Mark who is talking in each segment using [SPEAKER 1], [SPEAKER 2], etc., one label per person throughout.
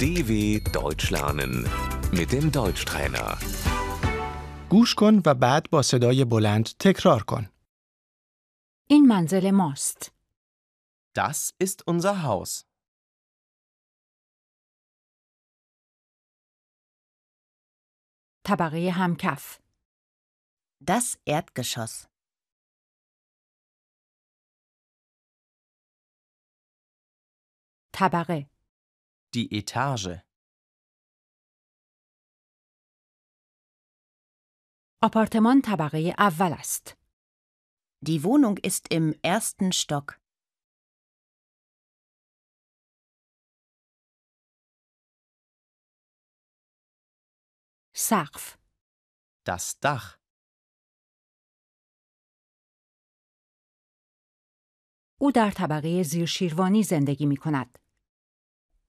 [SPEAKER 1] DW Deutsch lernen mit dem Deutschtrainer.
[SPEAKER 2] گوش کن و بعد با صدای بلند تکرار کن.
[SPEAKER 3] این منزل ماست.
[SPEAKER 4] Das ist unser Haus.
[SPEAKER 3] طبقه همکف.
[SPEAKER 5] Das Erdgeschoss.
[SPEAKER 3] طبقه.
[SPEAKER 4] Die Etage.
[SPEAKER 3] آپارتمان طبقه اول است.
[SPEAKER 5] Die Wohnung ist im ersten Stock.
[SPEAKER 3] سقف.
[SPEAKER 4] Das Dach.
[SPEAKER 3] او در طبقه زیر شیروانی زندگی می کند.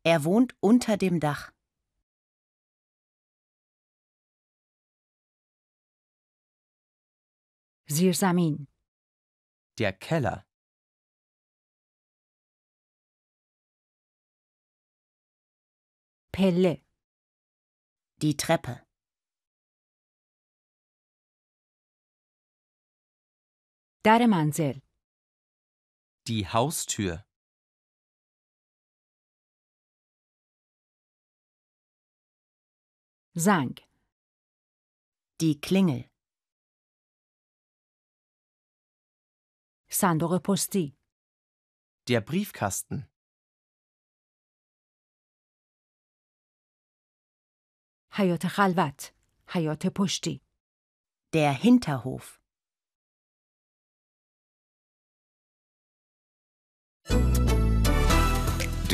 [SPEAKER 5] Er wohnt unter dem Dach.
[SPEAKER 3] زیر زمین.
[SPEAKER 4] Der Keller.
[SPEAKER 3] پله.
[SPEAKER 5] Die Treppe.
[SPEAKER 3] در منزل.
[SPEAKER 4] Die Haustür.
[SPEAKER 3] زنگ.
[SPEAKER 5] Die Klingel.
[SPEAKER 3] صندوق پستی.
[SPEAKER 4] Der Briefkasten.
[SPEAKER 3] حیات خلوت. حیات پشتی.
[SPEAKER 5] Der Hinterhof.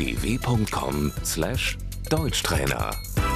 [SPEAKER 1] dw.com/deutschtrainer